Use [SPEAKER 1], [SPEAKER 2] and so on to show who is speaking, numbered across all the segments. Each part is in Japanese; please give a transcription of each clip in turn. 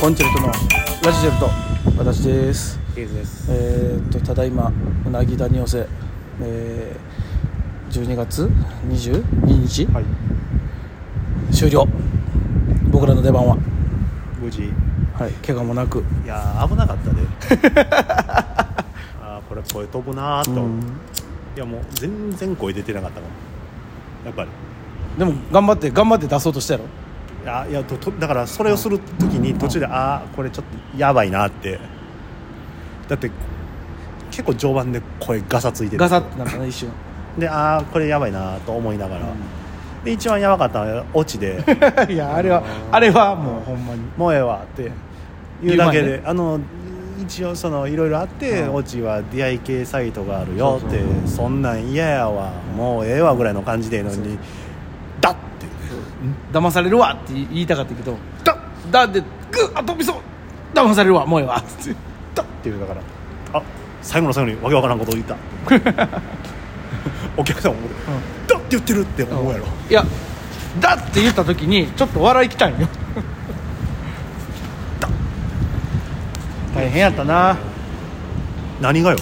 [SPEAKER 1] コンチェルトのラジチェルト私です
[SPEAKER 2] ケイズです。
[SPEAKER 1] えーっとただいまうなぎ谷寄せ、えー、12月22日、
[SPEAKER 2] はい。
[SPEAKER 1] 終了僕らの出番は、
[SPEAKER 2] 無事。い
[SPEAKER 1] はい、怪我もなく
[SPEAKER 2] やー危なかったで。 あーこれ声飛ぶなーと。
[SPEAKER 1] うん
[SPEAKER 2] いやもう全然声出てなかったもん。やっぱり。
[SPEAKER 1] でも頑張って頑張って出そうとしたやろ
[SPEAKER 2] あいやととだからそれをするときに途中で、あーこれちょっとやばいなって。だって結構序盤で声ガサついてる。
[SPEAKER 1] ガサってなんかね一瞬
[SPEAKER 2] であーこれやばいなーと思いながら。で一番やばかったのはオチで。
[SPEAKER 1] いやあれはあれはもうほんまに
[SPEAKER 2] もうええわって言うだけ
[SPEAKER 1] 言う
[SPEAKER 2] で、
[SPEAKER 1] 前
[SPEAKER 2] あの一応そのいろいろあって、
[SPEAKER 1] うん
[SPEAKER 2] オチは出会い系サイトがあるよって
[SPEAKER 1] そ
[SPEAKER 2] そう
[SPEAKER 1] そ
[SPEAKER 2] んなん嫌やわもうええわぐらいの感じでええのにダッて
[SPEAKER 1] 騙されるわって言いたかったけど
[SPEAKER 2] ダ
[SPEAKER 1] だってグッあ飛びそう騙されるわもうええわって
[SPEAKER 2] ダッって言うだからあ最後の最後にわけわからんことを言 ったお客さんも思うダッて言ってるって思うやろ、
[SPEAKER 1] いやだって言った時にちょっと笑いきたんよ大変やったな
[SPEAKER 2] 何がよ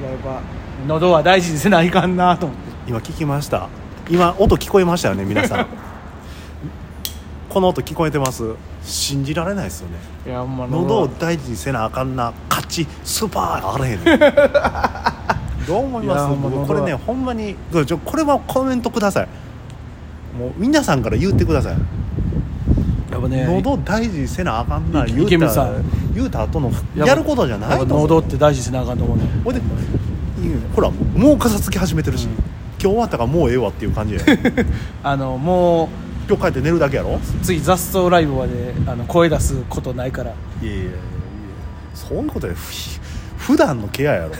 [SPEAKER 1] いややっぱ喉は大事にせないかんなと思って
[SPEAKER 2] 今聞きました今音聞こえましたよね皆 さんこの音聞こえてます信じられないですよね
[SPEAKER 1] いやほんま
[SPEAKER 2] 喉を
[SPEAKER 1] 喉
[SPEAKER 2] 大事にせなあかんな勝ちスーパーあれへんねん どう思い
[SPEAKER 1] いや
[SPEAKER 2] ま
[SPEAKER 1] ほ
[SPEAKER 2] す
[SPEAKER 1] んま
[SPEAKER 2] 僕
[SPEAKER 1] 喉
[SPEAKER 2] これねほんまにどうちょこれはコメントくださいもう皆さんから言ってください
[SPEAKER 1] やっぱね
[SPEAKER 2] 喉を大事にせなあかんない言う
[SPEAKER 1] 池
[SPEAKER 2] た
[SPEAKER 1] 水さん
[SPEAKER 2] 言うた後の
[SPEAKER 1] っぱ
[SPEAKER 2] やることじゃない
[SPEAKER 1] やっぱ
[SPEAKER 2] と思う
[SPEAKER 1] 喉って大事にせなあかんと思うね
[SPEAKER 2] ほいでいいよほらもうかさつき始めてるし、今日終わったからもうええわっていう感じ や
[SPEAKER 1] あのも
[SPEAKER 2] 今日帰って寝るだけやろ
[SPEAKER 1] う次雑草ライブまであの声出すことないから
[SPEAKER 2] いやいやいやそういうことでふ普段のケア やろ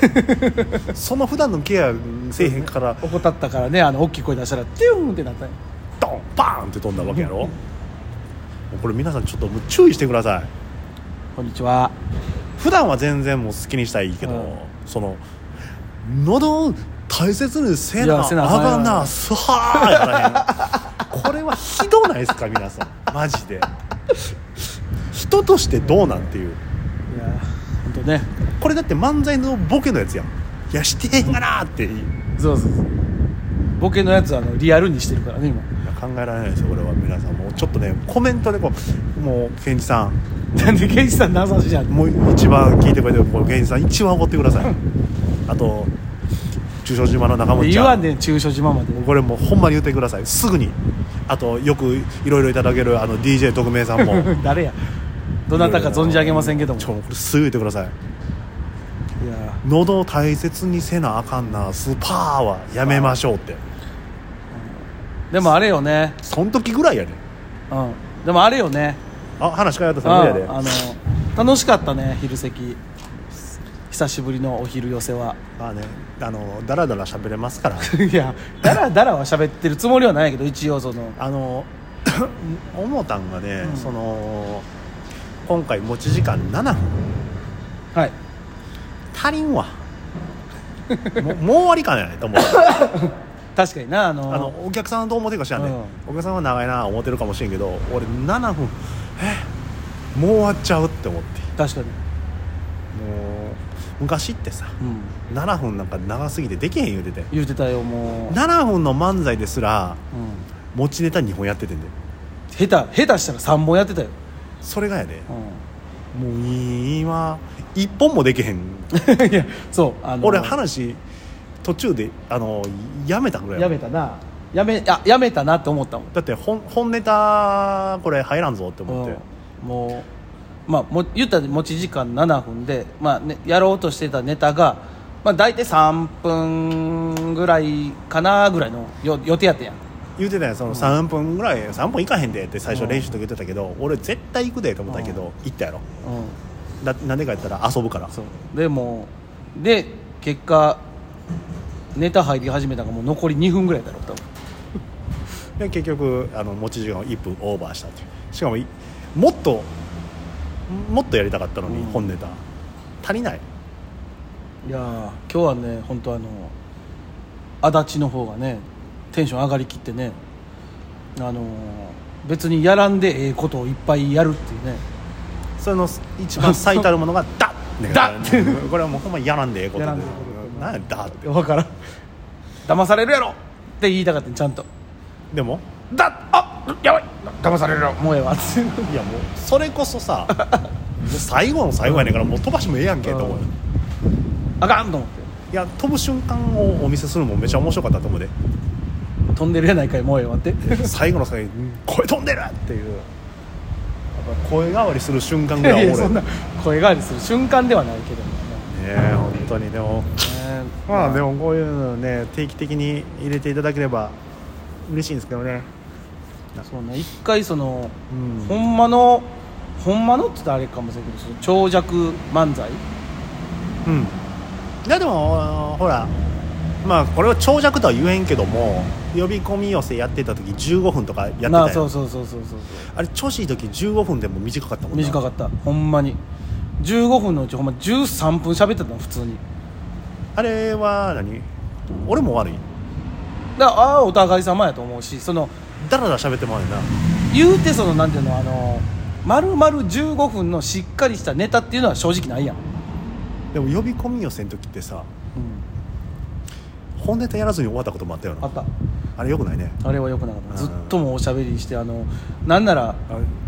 [SPEAKER 2] その普段のケアせえへんから
[SPEAKER 1] 怠ったからねあの大きい声出したらテューンってなったんよ
[SPEAKER 2] ドンバーンって飛んだわけやろもうこれ皆さんちょっともう注意してください
[SPEAKER 1] こんにちは
[SPEAKER 2] 普段は全然もう好きにしたらいいけど、
[SPEAKER 1] うん
[SPEAKER 2] その喉を大切にせ
[SPEAKER 1] い
[SPEAKER 2] な
[SPEAKER 1] や
[SPEAKER 2] あ
[SPEAKER 1] せなあ
[SPEAKER 2] が
[SPEAKER 1] かんやろ
[SPEAKER 2] なすはーやからへんこれはひどないですか皆さんマジで人としてどうなんていう
[SPEAKER 1] いや本当ね
[SPEAKER 2] これだって漫才のボケのやつやんいやしてへんがなーっていい
[SPEAKER 1] そうそうそうボケのやつはあのリアルにしてるからね今
[SPEAKER 2] いや考えられないですよこれは皆さんもうちょっとねコメントでこうもうケンジさん
[SPEAKER 1] なんでケンジさんなさしじゃん
[SPEAKER 2] もう一番聞いてくれてるこう芸人さん一番怒ってくださいあと中小島の中本ち
[SPEAKER 1] 言わ
[SPEAKER 2] ゃ
[SPEAKER 1] ん
[SPEAKER 2] ん、
[SPEAKER 1] ねん中小島まで
[SPEAKER 2] これもうほんまに言ってくださいすぐにあとよくいろいろいただけるあの DJ 特命さんも
[SPEAKER 1] 誰や どなたか存じ上げませんけどもい
[SPEAKER 2] ちょこれすぐ言ってください
[SPEAKER 1] や
[SPEAKER 2] 喉を大切にせなあかんなスパーはやめましょうって
[SPEAKER 1] でもあれよね
[SPEAKER 2] そん時ぐらいやで
[SPEAKER 1] うんでもあれよね
[SPEAKER 2] あ話変えた
[SPEAKER 1] う
[SPEAKER 2] さ無
[SPEAKER 1] ん
[SPEAKER 2] 理
[SPEAKER 1] あ
[SPEAKER 2] やであ
[SPEAKER 1] の楽しかったね昼席久しぶりのお昼寄せは
[SPEAKER 2] まあねあのダラダラ喋れますから
[SPEAKER 1] いやだらだらは喋ってるつもりはないけど一応その
[SPEAKER 2] あの 思ったんがね、
[SPEAKER 1] うん
[SPEAKER 2] その今回持ち時間7分
[SPEAKER 1] はい
[SPEAKER 2] 足りんわ もうもう終わりかねと 思う
[SPEAKER 1] 確かになあの
[SPEAKER 2] あのお客さんはどう思ってるか知らんね、お
[SPEAKER 1] う
[SPEAKER 2] 客さんは長いな思ってるかもしれんけど俺7分えもう終わっちゃうって思って
[SPEAKER 1] 確かに
[SPEAKER 2] もう昔ってさ
[SPEAKER 1] うん
[SPEAKER 2] 7分なんか長すぎてできへん言うてて
[SPEAKER 1] 言うてたよもう、
[SPEAKER 2] 7分の漫才ですら
[SPEAKER 1] うん、
[SPEAKER 2] 持ちネタ2本やっててんで
[SPEAKER 1] 下手下手したら3本やってたよ、
[SPEAKER 2] それがやで
[SPEAKER 1] う
[SPEAKER 2] もう今1本もできへん
[SPEAKER 1] ん、い やそうあの
[SPEAKER 2] 俺話途中であのやめたぐらい
[SPEAKER 1] やめたなやめあやめたなって思ったもん
[SPEAKER 2] だって本本ネタこれ入らんぞって思って、
[SPEAKER 1] うんもうまあも言ったら持ち時間7分で、まあね、やろうとしてたネタが、まあ、大体3分ぐらいかなぐらいのよ予定やったやん
[SPEAKER 2] 言うてたやんその3分ぐらい、3分いかへんでって最初練習と言ってたけど、俺絶対行くでと思ったけど、行ったやろ
[SPEAKER 1] う
[SPEAKER 2] だなんでか言ったら遊ぶから
[SPEAKER 1] んそうでもうで結果ネタ入り始めたのがもう残り2分ぐらいだろ多分
[SPEAKER 2] で結局あの持ち時間を1分オーバーしたっていうしかもいもっともっとやりたかったのに、
[SPEAKER 1] うん
[SPEAKER 2] 本ネタ足りない
[SPEAKER 1] いやー今日はね本当あの足立の方がねテンション上がりきってねあのー別にやらんでええことをいっぱいやるっていうね
[SPEAKER 2] それの一番最たるものが「だ」
[SPEAKER 1] だって
[SPEAKER 2] これはもうほんまやらんでええこと
[SPEAKER 1] やら
[SPEAKER 2] で
[SPEAKER 1] んでええこと
[SPEAKER 2] なんやだって
[SPEAKER 1] 分からん騙されるやろって言いたかったちゃんと
[SPEAKER 2] でも
[SPEAKER 1] だあやばい騙されるやろもうええわって
[SPEAKER 2] いやもうそれこそさもう最後の最後やねんからもう飛ばしてもええやんけと思う
[SPEAKER 1] うんあかんと思っ
[SPEAKER 2] いや飛ぶ瞬間をお見せするのもめちゃ面白かったと思う で
[SPEAKER 1] て飛んでるやないかいもうええわって
[SPEAKER 2] 最後の最後に「声飛んでる!」っていうやっぱ声変わりする瞬間ぐらいおも
[SPEAKER 1] いや
[SPEAKER 2] ろ
[SPEAKER 1] そ
[SPEAKER 2] い
[SPEAKER 1] んな
[SPEAKER 2] ね
[SPEAKER 1] 声変わりする瞬間ではないけども
[SPEAKER 2] え本当にでも
[SPEAKER 1] ねね
[SPEAKER 2] まあでもこういうのね定期的に入れていただければ嬉しいんですけどね
[SPEAKER 1] そうね一回その、
[SPEAKER 2] うん
[SPEAKER 1] ほんまのほんまのって言ったらあれかもしれんけどその長尺漫才
[SPEAKER 2] うんいやでもほらまあこれは長尺とは言えんけども呼び込み寄せやってた時15分とかやってた
[SPEAKER 1] なあ
[SPEAKER 2] やん
[SPEAKER 1] そうそうそうそうそうそ
[SPEAKER 2] あれ調子いい時15分でも短かったも
[SPEAKER 1] うん
[SPEAKER 2] な
[SPEAKER 1] 短かったほんまに15分のうちほんま13分喋ってたの普通に
[SPEAKER 2] あれは何俺も悪い
[SPEAKER 1] だからああお互い様やと思うしその
[SPEAKER 2] ダラダラ喋ってもらうねんな
[SPEAKER 1] 言うてそのなんていうのあの丸々15分のしっかりしたネタっていうのは正直ないやん、
[SPEAKER 2] でも呼び込み寄せん時ってさ本ネタやらずに終わったこともあったよ
[SPEAKER 1] あ
[SPEAKER 2] な
[SPEAKER 1] った
[SPEAKER 2] あれよくないね
[SPEAKER 1] あれは良くなかった
[SPEAKER 2] う
[SPEAKER 1] ず
[SPEAKER 2] ん
[SPEAKER 1] っともうおしゃべりしてあのなんなら
[SPEAKER 2] あ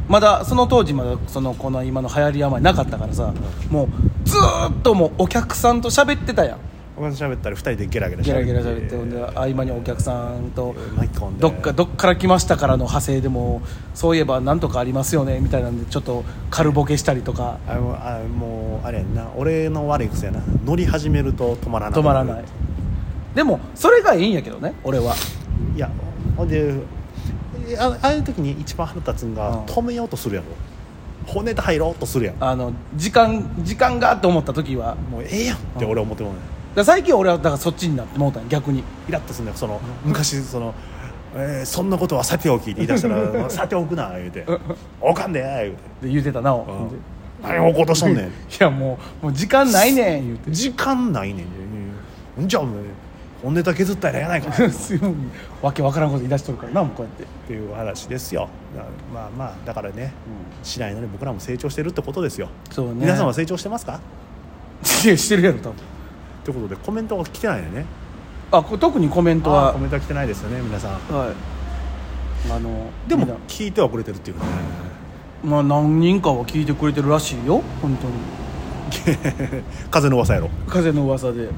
[SPEAKER 1] まだその当時まだそのこの今の流行り病なかったからさもうずーっともうお客さんと喋ってたやん
[SPEAKER 2] お前と喋ったら2人でゲラゲラ
[SPEAKER 1] ゲ
[SPEAKER 2] 喋
[SPEAKER 1] ラ
[SPEAKER 2] って
[SPEAKER 1] ゲラ喋ってほんで合間にお客さんと
[SPEAKER 2] 巻き込んで
[SPEAKER 1] どっかどっから来ましたからの派生でもそういえばなんとかありますよねみたいなんでちょっと軽ボケしたりとか
[SPEAKER 2] あもうあもうあれやんな俺の悪い癖やな乗り始めると止まらない
[SPEAKER 1] 止まらないでもそれがいいんやけどね俺はい
[SPEAKER 2] やほんであああいう時に一番腹立つんが、
[SPEAKER 1] うん
[SPEAKER 2] 止めようとするやろ本ネタ入ろうとするやん
[SPEAKER 1] あの時間時間がと思った時はだか
[SPEAKER 2] もうええやんって俺思ってもらうねん
[SPEAKER 1] ら最近俺はだからそっちになってもうたんや逆に
[SPEAKER 2] イラッとするんだよその昔その、えーそんなことはさておき」って言い出 したら「さておくな」言うて「おかんで」言うて
[SPEAKER 1] で言うてたなおほんで
[SPEAKER 2] うん「何をことしとんねん
[SPEAKER 1] いやもうもう時間ないねん言う」て
[SPEAKER 2] 時間ないねん」うんじゃあお前本ネタ削ったらええやないか」っ
[SPEAKER 1] すごいわけわからんこと言い出しとるからなもうこうやって、
[SPEAKER 2] て いう話ですよだまあまあだからねしないのに僕らも成長してるってことですよ、
[SPEAKER 1] そうね
[SPEAKER 2] 皆さんは成長してますか
[SPEAKER 1] いやしてるやろ多分
[SPEAKER 2] ということでコメントが来てないよね
[SPEAKER 1] あこ特にコメント
[SPEAKER 2] あー
[SPEAKER 1] は
[SPEAKER 2] コメントが来てないですよね皆さん
[SPEAKER 1] はいあの
[SPEAKER 2] で
[SPEAKER 1] みんな
[SPEAKER 2] も聞いてはくれてるっていうね
[SPEAKER 1] まあ何人かは聞いてくれてるらしいよ本当に
[SPEAKER 2] 風の噂やろ
[SPEAKER 1] 風の噂で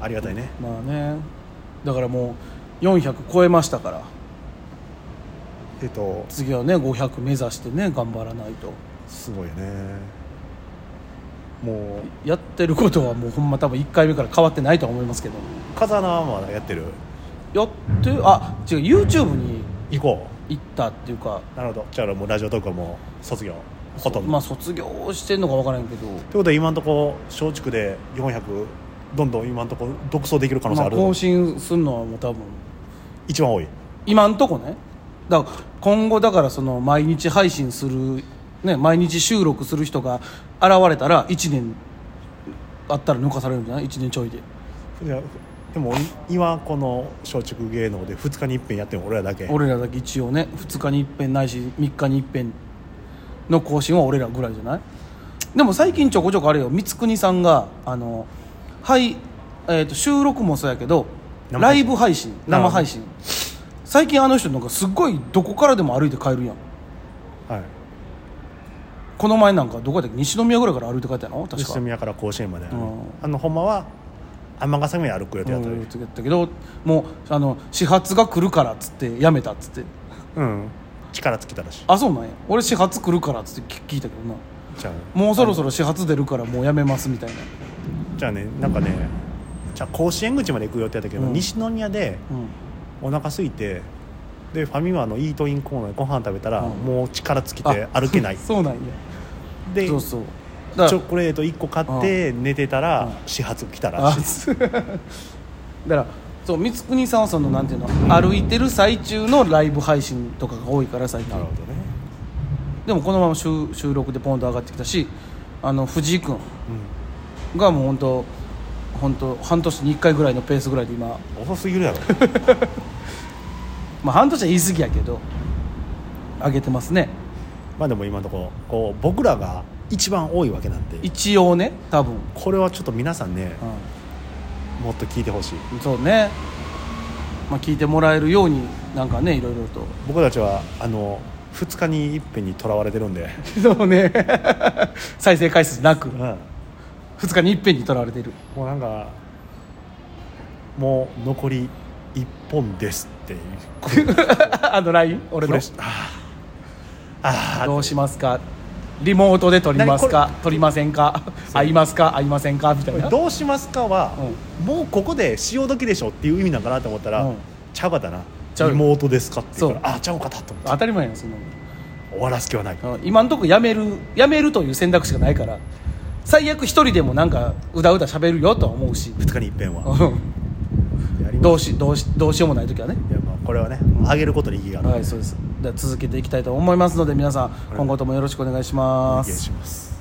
[SPEAKER 2] ありがたいね
[SPEAKER 1] まあねだからもう400超えましたから
[SPEAKER 2] えっと
[SPEAKER 1] 次はね500目指してね頑張らないと
[SPEAKER 2] すごいよねもう
[SPEAKER 1] やってることはもうほんま多分1回目から変わってないとは思いますけど
[SPEAKER 2] 風穴はまだやってる
[SPEAKER 1] やってあ違う YouTube に
[SPEAKER 2] 行こ
[SPEAKER 1] 行ったっていうか
[SPEAKER 2] うなるほどじゃあもうラジオトークはもう卒業ほとんど、
[SPEAKER 1] まあ
[SPEAKER 2] という
[SPEAKER 1] 卒業してんのか分からんけど
[SPEAKER 2] ことで今のとこ松竹で400どんどん今のとこ独走できる可能性
[SPEAKER 1] ま
[SPEAKER 2] あ
[SPEAKER 1] あ、
[SPEAKER 2] ると思う、
[SPEAKER 1] 更新するのはもう多分
[SPEAKER 2] 一番多い
[SPEAKER 1] 今んとこねだから今後だからその毎日配信する、ね、毎日収録する人が現れたら1年あったら抜かされるんじゃない1年ちょいで
[SPEAKER 2] いやでも今この松竹芸能で2日に一遍やってる俺らだけ
[SPEAKER 1] 俺らだけ一応ね2日に一遍ないし3日に一遍の更新は俺らぐらいじゃないでも最近ちょこちょこあれよ光國さんがあの、はいえー、と収録もそうやけど
[SPEAKER 2] 生配
[SPEAKER 1] ラ
[SPEAKER 2] 信
[SPEAKER 1] イブ配信
[SPEAKER 2] なるほ
[SPEAKER 1] 生
[SPEAKER 2] ど
[SPEAKER 1] 配信最近あの人なんかすっごいどこからでも歩いて帰るやん
[SPEAKER 2] はい
[SPEAKER 1] この前なんかどこやったっけ西宮ぐらいから歩いて帰ったの確か
[SPEAKER 2] 西宮から甲子園まで、
[SPEAKER 1] ん
[SPEAKER 2] あのほんまは尼崎まで歩く予定だったり
[SPEAKER 1] うんやったけどもうあの始発が来るからっつってやめたっつって
[SPEAKER 2] うん力尽きたらしい
[SPEAKER 1] あそうなんや俺始発来るからっつって聞聞いたけどな
[SPEAKER 2] じゃあ
[SPEAKER 1] もうそろそろ始発出るからもうやめますみたいな
[SPEAKER 2] じゃあねなんかねじゃあ甲子園口まで行く予定だったけど、
[SPEAKER 1] うん
[SPEAKER 2] 西宮で
[SPEAKER 1] うん
[SPEAKER 2] お腹空いてでファミマのイートインコーナーでご飯食べたら、
[SPEAKER 1] うん
[SPEAKER 2] もう力尽きて歩けない
[SPEAKER 1] そうなんや
[SPEAKER 2] で
[SPEAKER 1] そうそうだ
[SPEAKER 2] チョ
[SPEAKER 1] か
[SPEAKER 2] コレート1個買って寝てたら、始発来たらしい
[SPEAKER 1] あそうだからそう光國さんはそのなんていうの歩いてる最中のライブ配信とかが多いから最近
[SPEAKER 2] なるほどね
[SPEAKER 1] でもこのまま収収録でポンと上がってきたしあの藤井君がもう本当本当半年に1回ぐらいのペースぐらいで今、
[SPEAKER 2] 遅すぎるやろ
[SPEAKER 1] まあ、半年は言い過ぎやけど上げてますね
[SPEAKER 2] まあでも今のところこう僕らが一番多いわけなんで
[SPEAKER 1] 一応ね多分、
[SPEAKER 2] これはちょっと皆さんねもっと聞いてほしい
[SPEAKER 1] うん、そうね、まあ、聞いてもらえるようになんかねいろいろと
[SPEAKER 2] 僕たちはあの2日にいっぺんにとらわれてるんで、
[SPEAKER 1] そうね 再生回数なく
[SPEAKER 2] うん、も
[SPEAKER 1] 2日にいっぺんにとらわれてる
[SPEAKER 2] うなんかもう残り1本ですっていう
[SPEAKER 1] あの LINE 俺
[SPEAKER 2] プ
[SPEAKER 1] の
[SPEAKER 2] レッシャーあーあー
[SPEAKER 1] どうしますかリモートで撮ります
[SPEAKER 2] 何
[SPEAKER 1] か撮りませんか
[SPEAKER 2] そう
[SPEAKER 1] 会いますか会いませんかみたいな
[SPEAKER 2] どうしますかは、もうここで潮時でしょっていう意味なんかなと思ったら、
[SPEAKER 1] うん
[SPEAKER 2] ちゃうかだな
[SPEAKER 1] ちゃうよ
[SPEAKER 2] 妹ですかって言うか
[SPEAKER 1] そ
[SPEAKER 2] らあちゃうかだと思っ
[SPEAKER 1] 当
[SPEAKER 2] て
[SPEAKER 1] たり前やんそんなの
[SPEAKER 2] 終わらす気はない
[SPEAKER 1] あの今んとこやめるやめるという選択肢がないから最悪一人でもなんかうだうだしゃべるよとは思うし
[SPEAKER 2] 2日にいっぺんは
[SPEAKER 1] うん
[SPEAKER 2] やります
[SPEAKER 1] どうしどうしどうしようもない時はね
[SPEAKER 2] いやまあこれはね
[SPEAKER 1] ん
[SPEAKER 2] 上げることに意義がある
[SPEAKER 1] はいそうですでは続けていきたいと思いますので皆さん今後ともよろしくお願いし
[SPEAKER 2] お
[SPEAKER 1] ま
[SPEAKER 2] 願い
[SPEAKER 1] す
[SPEAKER 2] します